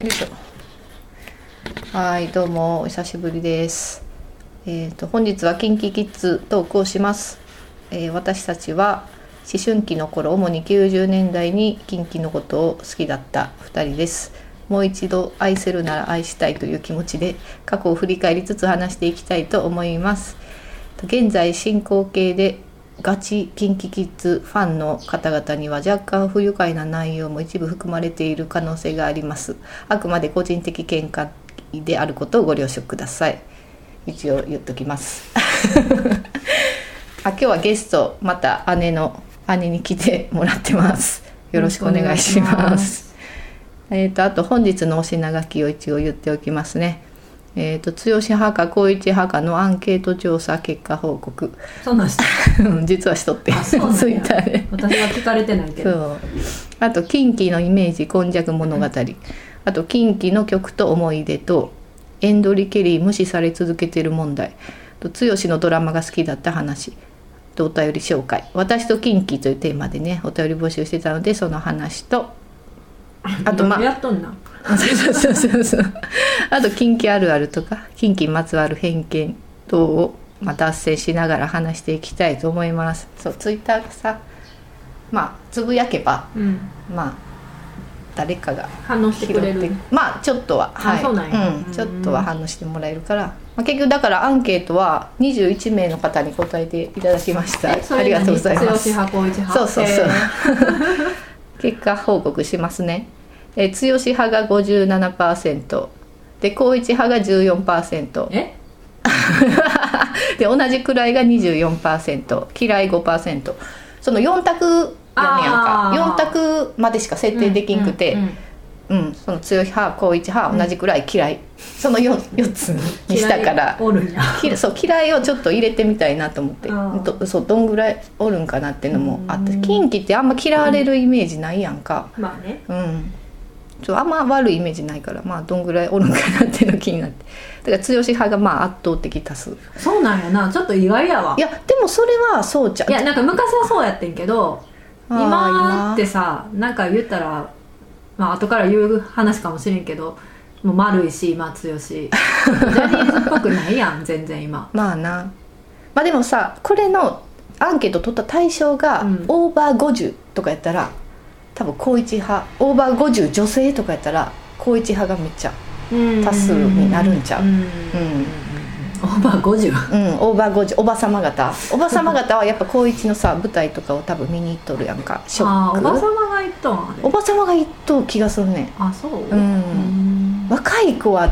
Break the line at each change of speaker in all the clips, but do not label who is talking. よいしょはいどうもお久しぶりですえっ、と本日はキンキキッズトークをします、えー私たちは思春期の頃主に90年代にキンキのことを好きだった2人ですもう一度愛せるなら愛したいという気持ちで過去を振り返りつつ話していきたいと思います現在進行形でガチ KinKiKids ファンの方々には若干不愉快な内容も一部含まれている可能性がありますあくまで個人的見解であることをご了承ください一応言っときます あ今日はゲストまた姉の姉に来てもらってますよろしくお願いしますえー、とあと本日のお品書きを一応言っておきますね。えー、と剛派か光一派かのアンケート調査結果報告
そうなんです
実はしとって
あ そうなんや
ツイッターで
私は聞かれてないけ
そ
ど
うあとキンキのイメージこんにゃく物語あとキンキの曲と思い出とエンドリケリー無視され続けてる問題と剛のドラマが好きだった話とお便り紹介「私とキンキというテーマでねお便り募集してたのでその話とあとまあ
やっとんな
そうそうそうそうあと近畿あるあるとか近畿にまつわる偏見等を、まあ、脱線しながら話していきたいと思いますそうツイッターがさまあつぶやけば
うん
まあ誰かが
反応して
拾
く
っ
れ
て
る
まあちょっとは
あ
はい
そうなんや
う、
うんん
ちょっとは反応してもらえるから、まあ、結局だからアンケートは21名の方に答えていただきました
えそ
あ
れ
り
に
がとうございます
強派高一派
そうそうそう
へー。
結果報告しますね。えー、剛派が57%で高一派が14%
え
で同じくらいが24%嫌い5%その4択やねやんか
あー
4択までしか設定できんくて、
う
うん
うんん
その強い派高一派同じくらい嫌い、その 4, 4つにしたから
嫌い おるんや
きそう嫌いをちょっと入れてみたいなと思って
あー
どそうどんぐらいおるんかなっていうのもあって
うん
近畿ってあんま嫌われるイメージないやんか
まあね
うんそうあんま悪いイメージないからまあどんぐらいおるんかなっていうの気になってだから剛派がまあ圧倒的多数い
そうなんやなちょっと意外やわ
やでもそれはそうちゃう
いやなんか昔はそうやってんけど
あー
今ってさなんか言ったらまあ後から言う話かもしれんけどもう丸いし今強 しジャニーズっぽくないやん全然今
まあなまあでもさこれのアンケート取った対象が
うん
オーバー50とかやったら多分高一派オーバー50女性とかやったら高一派がめっちゃ多数になるんちゃう
うん
うん
オーバー50
うん、オーバー50おばさま方おばさま方はやっぱ高一のさ舞台とかを多分見に行っとるやんかショ
あ
ッ
ー
ク
おばさまが言っとんあ
お
れ
ばさまが行っとう気がすんねん
あそう
う
うんん
若い子は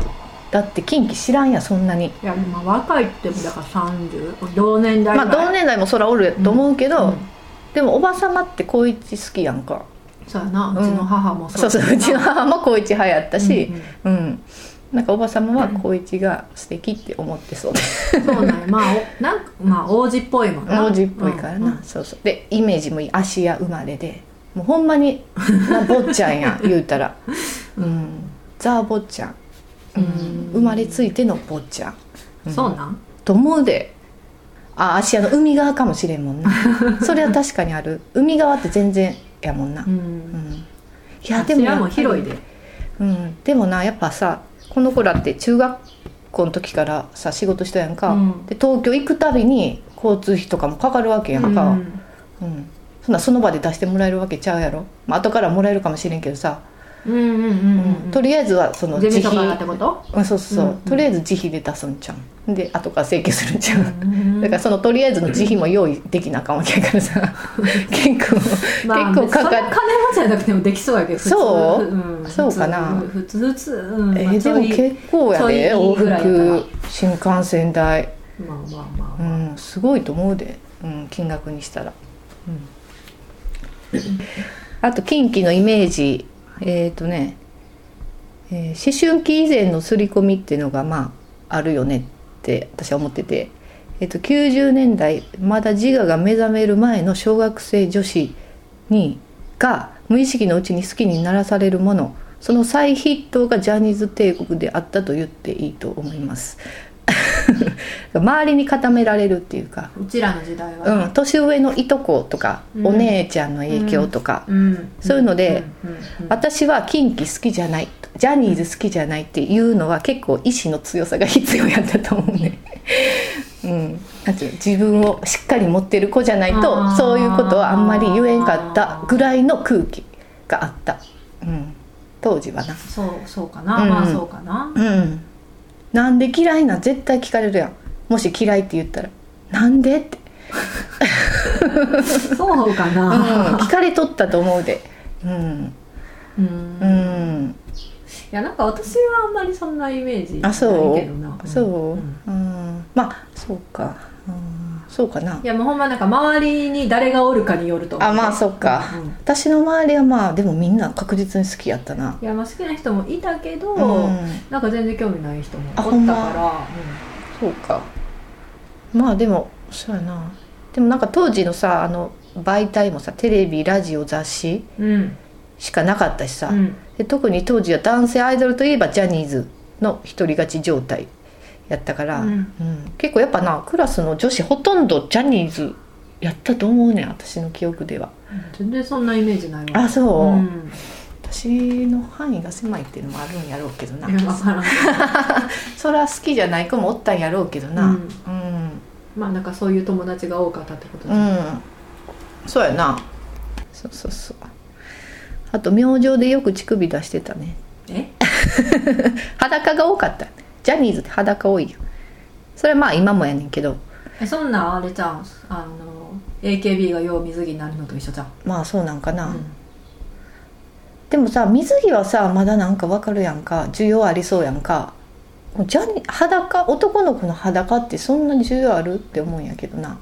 だって近畿知らんやそんなに
いやまあ若いってもだから30同年代
まあ
ぐらい
同年代もそらおると思うけど、
うん
でもおばさまって高一好きやんか
そうやなうちの母も
そうそううちの母も高一派やったしうん、なんかおばさまは高一が素敵って思ってそうで
うんそうなんやまあおなんかまあ王子っぽいもんな
文字っぽいからな、
うんうん
そうそうでイメージもいい芦屋生まれでもうほんまにな坊ちゃん やん言うたらうんザ・坊ちゃん、うん
うん
生まれついての坊ちゃん、ん
そうなん
と思うであ芦屋の海側かもしれんも んなそれは確かにある海側って全然やもんな、
う
うん
ん
いやでも
も広い
で、
で
うん、でもなやっぱさこの子らって中学校の時からさ仕事したやんか、
うん
で東京行くたびに交通費とかもかかるわけやんか、
うん
うん、そんなその場で出してもらえるわけちゃうやろ、まあ後からもらえるかもしれんけどさ、
うんうんうんうん
とりあえずはその
ゼ
自
ミと
費
かってこと
うんそうそう、
うんうん
とりあえず自費で出すんちゃうんで後から請求するんちゃう、
うん
だからそのとりあえずの自費も用意できなあかんわけやからさ結構、
まあ
結構か
そんな
かっ
金持ちじゃなくてもできそうやけど普通
そうんそうかな
普通普通うん
え
まあ
ー
ち
で
ょ
も
い
結構やで
ちょいい
往
いぐらいやから
復新幹線代
まあまあま
う
あまあ
ん、すごいと思うで、うん、金額にしたら、うん、あと近畿のイメージえっ、とね、えー思春期以前の刷り込みっていうのがまああるよねって私は思ってて、えー、と90年代まだ自我が目覚める前の小学生女子にが無意識のうちに好きにならされるものその再筆頭がジャニーズ帝国であったと言っていいと思います 周りに固められるっていうか、
うちらの時代は、
うん、年上のいとことか、
うん
お姉ちゃんの影響とか、
うん
そういうので、
うんうんうん
私はキンキ好きじゃないジャニーズ好きじゃないっていうのは結構意志の強さが必要やったと思うね、うん、なんていうの自分をしっかり持ってる子じゃない
あ
と
ー
そういうことはあんまり言えんかったぐらいの空気があった、うん、当時はな
そうそうかな、
うんうん
まあそうかな
うんなんで嫌いなん絶対聞かれるやんもし嫌いって言ったら「なんで?」って、
そうか
うん、
な
聞かれとったと思うでうんう
うん、い
ん
やなんか私はあんまりそんなイメージない
あ
け
そう
どな
そう、うんんまあそうか、うん、そうかない
やもうほんまなんか周りに誰がおるかによると思う
あまあそっか、
うんうん
私の周りはまあでもみんな確実に好きやったない
やまあ好きな人もいたけど、
うん
なんか全然興味ない人もおった
あ
か
ほんま
ら、
そうかまあでもそうやなでもなんか当時のさあの媒体もさテレビラジオ雑誌
うんうん
しかなかったしさ、
うん
で特に当時は男性アイドルといえばジャニーズの独り勝ち状態やったから、
うん
うん結構やっぱなクラスの女子ほとんどジャニーズやったと思うねん私の記憶では
全然そんなイメージないわ
あそう、
うん、
私の範囲が狭いっていうのもあるんやろうけどない
や分からん
それは好きじゃない子もおったんやろうけどな
う
うんん、うん
まあなんかそういう友達が多かったってことじゃん
そうやなそうそうそうあと明星でよく乳首出してたね
え
裸が多かったジャニーズって裸多いよそれはまあ今もやねんけど
えそんなんあれじゃんあの AKB がよう水着になるのと一緒じゃん、
まあそうなんかな、
うん
でもさ水着はさまだなんかわかるやんか需要ありそうやんかジャニ裸男の子の裸ってそんなに需要あるって思うんやけどな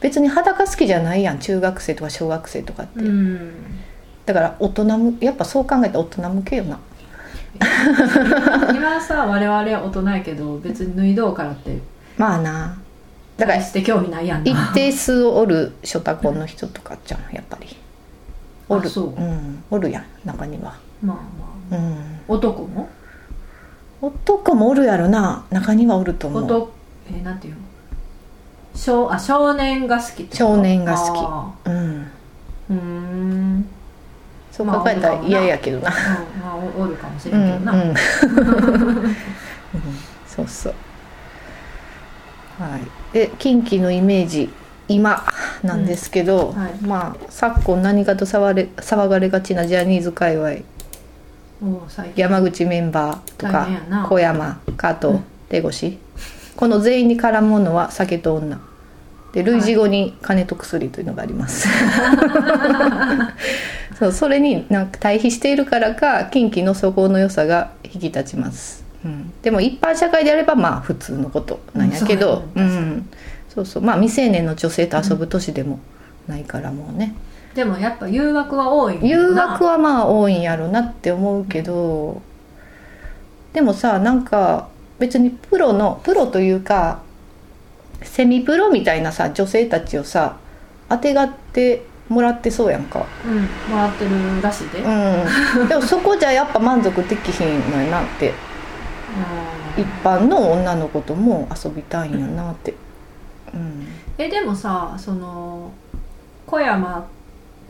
別に裸好きじゃないやん中学生とか小学生とかって、
うん、
だから大人むやっぱそう考えたら大人向けよな
今さ我々は大人やけど別に脱いどうからって
まあなだか
大
ら
して興味ないやんな
一定数おる初多婚の人とかじゃんやっぱりおる、
あそうん
おるやん中には
まあまあ
うん
男も
男もおるやろな中にはおると思う
男えーなんていうの少あ少年が好きってこと
少年が好き
あ
うん
ーうーん
そう考えたら嫌やけどな
うんまあおおるかもしれ
うんん
けど
う
な、
んうんそうそうはいで近畿のイメージ今なんですけど、
うんはい
まあ昨今何かと騒れ騒がれがちなジャニーズ界隈
もう最近
山口メンバーと
大
か
変やな
小山加藤出越この全員に絡むのは酒と女で類似語に金と薬というのがあります、 そうそれになんか対比しているからか近畿の底の良さが引き立ちます、うん、でも一般社会であればまあ普通のことなんやけど、
う
うんんそうそうまあ未成年の女性と遊ぶ年でもないからもうね、
でもやっぱ誘惑は多いんや
誘
な
惑はまあ多いんやろなって思うけどでもさなんか別にプロのプロというかセミプロみたいなさ女性たちをさあてがってもらってそうやんか
うんもらってるらしいで、うん
うんで もそこじゃやっぱ満足できひんのやなって一般の女の子とも遊びたいんやなってうん
えでもさその小山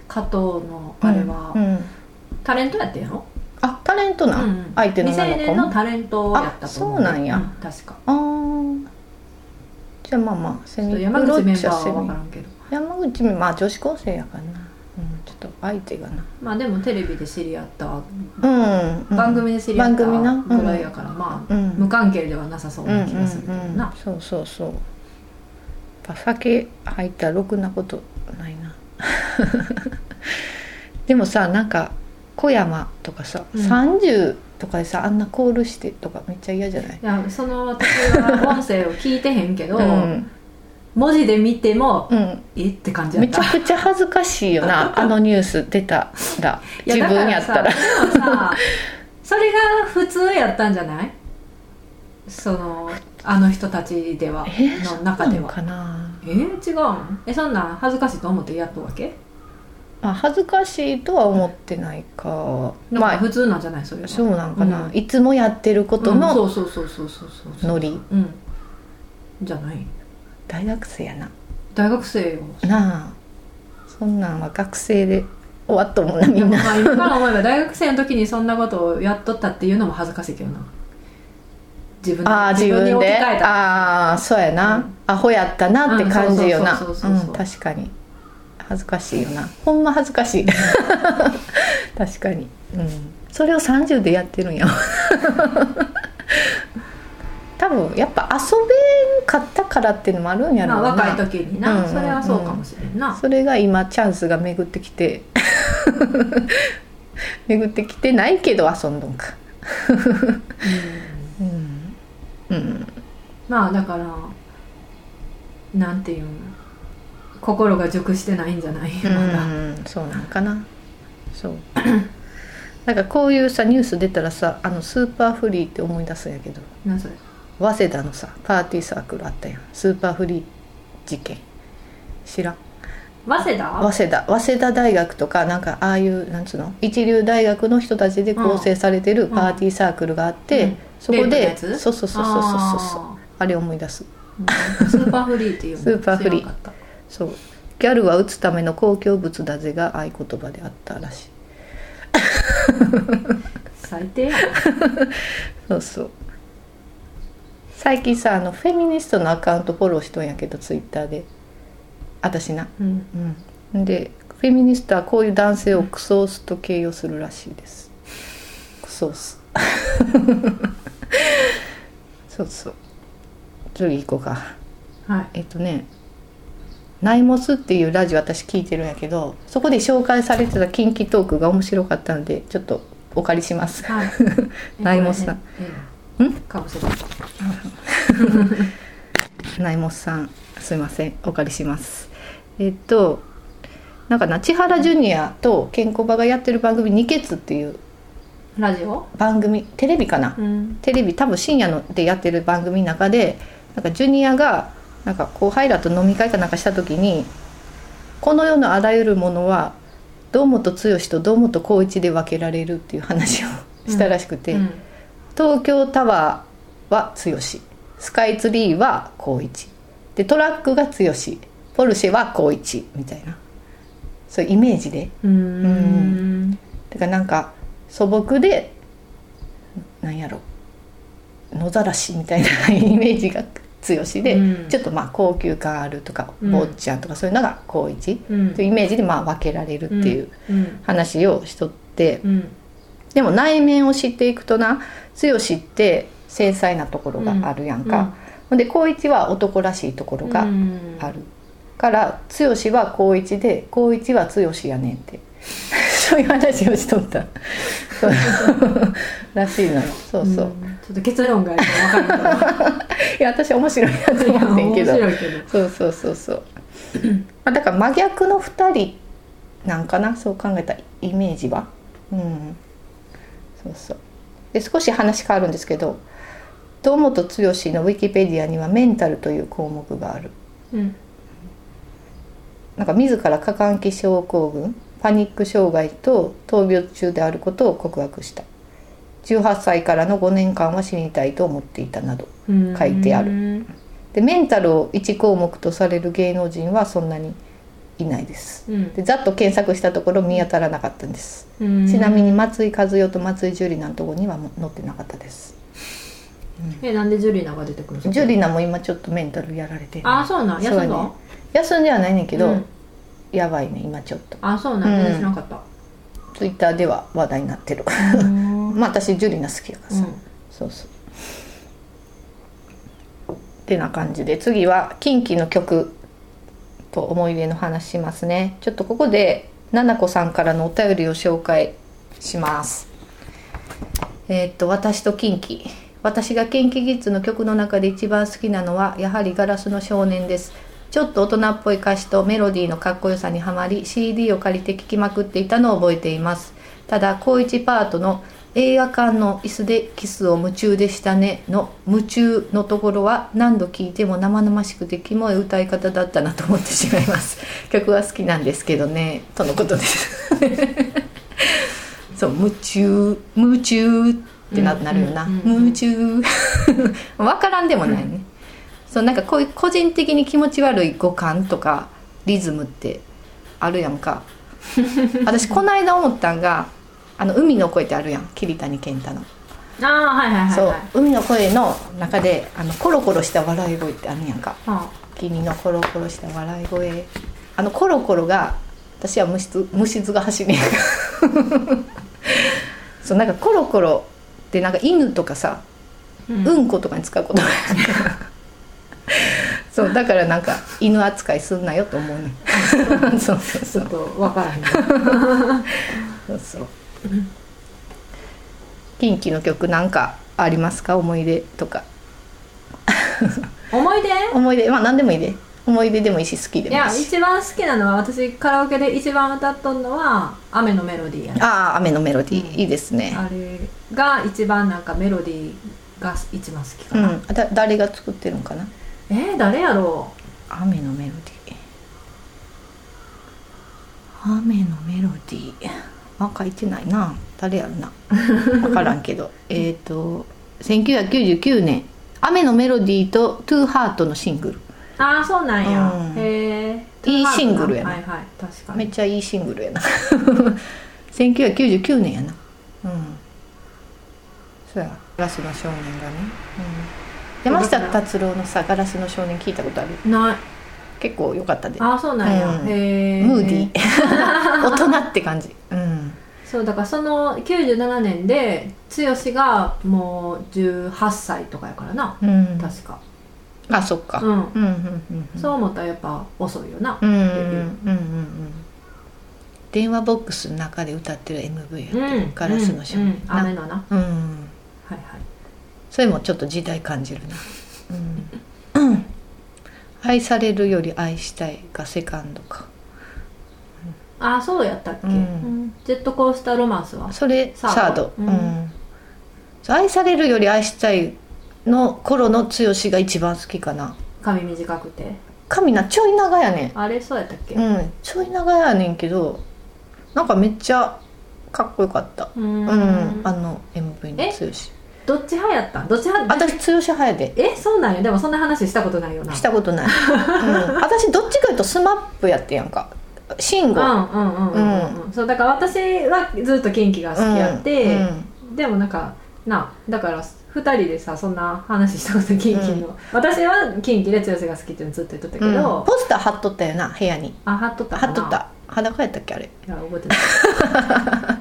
加藤のあれは、
うんうん
タレントやってんやろ、
あタレント
う
なん、
ん
相手の女の子
未成年
も
のタレントやったと思
あそうなんや
確か
あーじゃあまあまあセ
ちょっ
ミ
と
プ
山
ロ
口
っ
メンバ
ちゃセ
ーは分
ミ
からんけど
山口メンバーまあ女子高生やからな、うん、ちょっと相手がな
まあでもテレビで知り合った、
うん、うん、
番組で知り合った
番組な
ぐらいやから、まあ
うん
無関係ではなさそう
うん
な気がするけど
うんうん
な、
そうそうそうやっぱ酒入ったらろくなことないな でもさなんか小山とかさ、
うん
30とかでさあんなコールしてとかめっちゃ嫌じゃない
いやその私は音声を聞いてへんけど、
うん、
文字で見ても
うん、
えって感じや
め
っ
ちゃ
た
くちゃ恥ずかしいよ なあのニュース出たら
い
自分やった
だ
ら
からさでも さそれが普通やったんじゃないそのあの人たちでは
え
の
ー、
中
そうな
で
の
は
かな
えー、違うんえそんなん恥ずかしいと思ってやっとわけ
あ恥ずかしいとは思ってないか
なんか
ま
普通なんじゃないそれ
あ
は
そうなんかな、
うん
いつもやってること
うん
の
そうそうそうそうそうそうそう
ノリ
うんじゃない
大学生やな
大学生よ
なあそんなんは学生で終わっともんなみんな
まあ今から思えば大学生の時にそんなことをやっとったっていうのも恥ずかしいけどな自分で
ああ自
に
分
置き
で
換えた
ああそうやな、
うん
アホやったなって感じよな
うんそううそうそうそうそうん
確かに恥ずかしいよなほんま恥ずかしい 確かに、うん、それを30でやってるんや 多分やっぱ遊べんかったからっていうのもあるんやろ
ま
う
あ、
な、
若い時にな、
うんうん
それはそうかもしれんな、
それが今チャンスが巡ってきて 巡ってきてないけど遊んどんか
うん
うん、うん、
まあだからなんていうん心が熟してないんじゃないまだ、
うん、そうなんかなそう なんかこういうさニュース出たらさあのスーパーフリーって思い出すんやけど
なんそれ
早稲田のさパーティーサークルあったやんスーパーフリー事件知らん
早稲田
早稲田早稲田大学とかなんかああいうなんつうの一流大学の人たちで構成されてる
ん
パーティーサークルがあって、
うん
そこ
レイブの
で
やつ
そうそうそうそうそうそうそう
あ
あれ思い出す
ーうんスーパーフリーっていうの
スーパーフリー
知らんかっ
そうギャルは打つための公共物だぜが合言葉であったらしい
た最低や
そうそう最近さあのフェミニストのアカウントフォローしとんやけどツイッターで私な
な、うん、
うんでフェミニストはこういう男性をクソースと形容するらしいですクソース そうそう次行こうか
はい
えっとね「ナイモス」っていうラジオ私聞いてるんやけどそこで紹介されてた近畿トークが面白かったのでちょっとお借りします
はい
ないもんさ
ん、
う
うんん、かもしれない
ナイモスさんすいませんお借りしますえっとなんかな千原ジュニアと健康場がやってる番組「二ケツ」っていう
ラジオ
番組テレビかな、
うん
テレビ多分深夜のでやってる番組の中でなんかジュニアがなんか後輩らと飲み会かなんかした時にこの世のあらゆるものは堂本剛と堂本光一で分けられるっていう話をしたらしくて、
うん
東京タワーは剛スカイツリーは光一でトラックが剛ポルシェは光一みたいなそういうイメージで
うん
だからなんか素朴でなんやろ野ざらしみたいな イメージが強しで、
うん
ちょっとまあ高級感あるとか、
うん
坊ちゃんとかそういうのが高一
うん
というイメージでまあ分けられるっていう
うん
話をしとって、
うん
でも内面を知っていくとな強しって繊細なところがあるやんか、
うんうん
ほんで高一は男らしいところが
うん
ある、から剛は高一で高一は剛やねんって そういう話をしとったそう らしいのよそうそう、
んちょっと結論が分からない
いや私面白いなと思ってん
面
けど
白いけど
そうそうそうそうまあだから真逆の2人なんかなそう考えたイメージはうんそうそうで少し話変わるんですけど堂本剛のウィキペディアにはメンタルという項目がある
うん
なんか自ら過換気症候群パニック障害と闘病中であることを告白した18歳からの5年間は死にたいと思っていたなど
うん
書いてある
うん
でメンタルを1項目とされる芸能人はそんなにいないですでざっと検索したところ見当たらなかったんです
うん
ちなみに松井和代と松井樹里奈のとこにはも載ってなかったです
えなんでジュリーナが出てくるの
樹里奈も今ちょっとメンタルやられてる
あそうなん
そうや
休
ね
んだ
休んではないねんけど、
うん
やばいね今ちょっと
あそうなん
うん
知らなかった
ツイッターでは話題になってる
う ん
まあ私樹里奈好きやからさ、そうそうってな感じで次は近畿の曲と思い出の話しますねちょっとここでななこさんからのお便りを紹介しますえーっと私と近畿私が近畿キッズの曲の中で一番好きなのはやはり「ガラスの少年」ですちょっと大人っぽい歌詞とメロディーのかっこよさにはまり CD を借りて聴きまくっていたのを覚えていますただ高一パートの「映画館の椅子でキスを夢中でしたね」の「夢中」のところは何度聴いても生々しくてキモい歌い方だったなと思ってしまいます曲は好きなんですけどねとのことですそう夢中夢中ってな,、
うん
なるよな、
うんうんうん
夢中わからんでもないね、そうなんかこういう個人的に気持ち悪い五感とかリズムってあるやん か私この間思ったんがあの海の声ってあるやん桐谷健太の、
ああはいはいはい
そ
は
う
い
海の声の中であのコロコロした笑い声ってあるやんか
あ
君のコロコロした笑い声あのコロコロが私は虫つ虫図が走り そうなんかコロコロってなんか犬とかさ
うん
うんことかに使うことが そうだからなんか犬扱いすんなよと思うねそうそう
ち
そ
ょっ
う
と分からへんね
そうそう近畿の曲なんかありますか思い出とか
思い出
思い出まあ何でもいいで思い出でもいいし好きでも
い
いい
や
し
一番好きなのは私カラオケで一番歌っとんのは「雨のメロディー」やね
ああ雨のメロディー、
うん
いいですね
あれが一番なんかメロディーが一番好きか
う
な、
ん、だ誰が作ってるのかな
えー、誰やろ
雨のメロディー雨のメロディーあ書いてないな誰やろな分からんけ どえっと1999年「雨のメロディー」と「トゥーハートのシングル
うああそうなんや、
うん
へえ
いいシングルやね
はいはい確か
めっ
に
ちゃいいシングルやな 1999年やなうんそうや「ガラスの少年」がね、うん、山下達郎のさ「ガラスの少年」聞いたことある
ない
結構良かったで
ああそうなんや、
うん
へえ
ムーディー 大人って感じうん
そうだからその97年で剛がもう18歳とかやからな
うん
確か
あそっか
うん、
うんうんうんうん
そう思ったらやっぱ遅いよな
うんうんうんうん電話ボックスの中で歌ってる MV やってる、ガラスの少
うんう
年
ん、
な
雨のな
うん、
はいはい
それもちょっと時代感じるな うん、うん愛されるより愛したいがセカンドか
ああそうやったっけ、
うん
うんジェットコースターロマンスは
それ
サ
サー
ー
ド
ド
う
うんん
そう愛されるより愛したいの頃の剛が一番好きかな
髪短くて
髪なちょい長やねん
あれそうやったっけ
うん、ちょい長やねんけどなんかめっちゃかっこよかった
う
うんん、あの MV の
え
剛
どっち派やったんどっち派
私剛派やで
えそうなんやでもそんな話したことないよな
したことない、うん、私どっちかいうとスマップやってやんか慎吾
うんうんうんうんうん、そうだから私はずっとキンキが好きやって、
うん
でもなんかなだから2人でさそんな話したことないキンキの、私はキンキで剛が好きっていうのずっと言っとったけ
うん
ど、
ポスター貼っとったよな部屋に
あ貼っとったか
貼
な
っとった裸やったっけあれ
いや覚えてない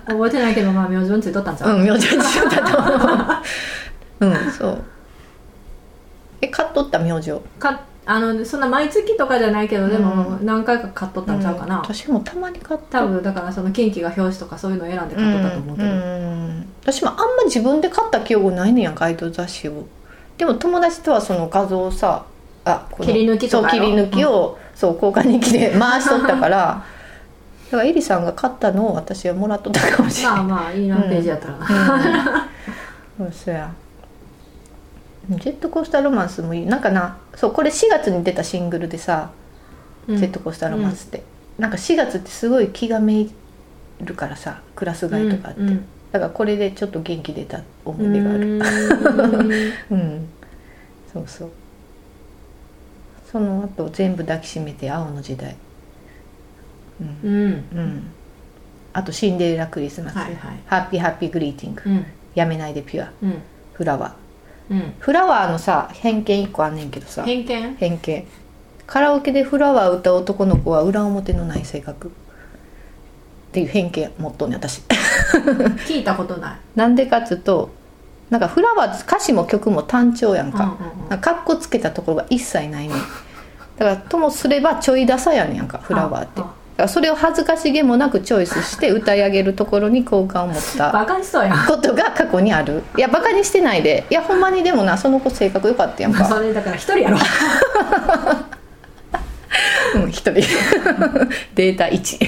覚えてないけどまあ明星についとったんちゃう、
うん明星中だと思う うんそうえ買っとった明星
かあのそんな毎月とかじゃないけどでも
う
何回か買っとったんちゃうかな、
ん私もたまに買っ
多
た
分だからそのキンキが表紙とかそういうのを選んで買っとったと思うけど、
ん私もあんま自分で買った記憶ないねんやガイド雑誌をでも友達とはその画像をさあこの
切り抜きとか
そう
よ
切り抜きを、そう交換日記 で回しとったからだからエリさんが買ったのを私はもらっとったかもしれ
ま
な
あ
い、
まあいいなページやったらな、
うんうん、そうやジェットコースターロマンスもいいなんかなそうこれ4月に出たシングルでさ、
うん
ジェットコースターロマンスって、なんか4月ってすごい気がめいるからさクラス外とかあって、
うんうん
だからこれでちょっと元気出た思い出がある
うーん
うんそうそうその後全部抱きしめて青の時代うん、
うん
うん、あとシンデレラクリスマス、
はいはい
ハッピーハッピーグリーティング、
うん
やめないでピュア
うん
フラワー
うん
フラワーのさ偏見1個あんねんけどさ
偏見
偏見カラオケでフラワー歌う男の子は裏表のない性格っていう偏見持っとんねん 私
聞いたことない
なんでかっつうとなんかフラワー歌詞も曲も単調やんか、
うんうんうん
なんかカッコつけたところが一切ないねんだからともすればちょいダサやねんやんかフラワーって
あ
だ
あ
からそれを恥ずかしげもなくチョイスして歌い上げるところに好感を持った
バカにしそうやん
ことが過去にあるいやバカにしてないでいやほんまにでもなその子性格良かったやんか
それだから一人やろ
うん、一人データ1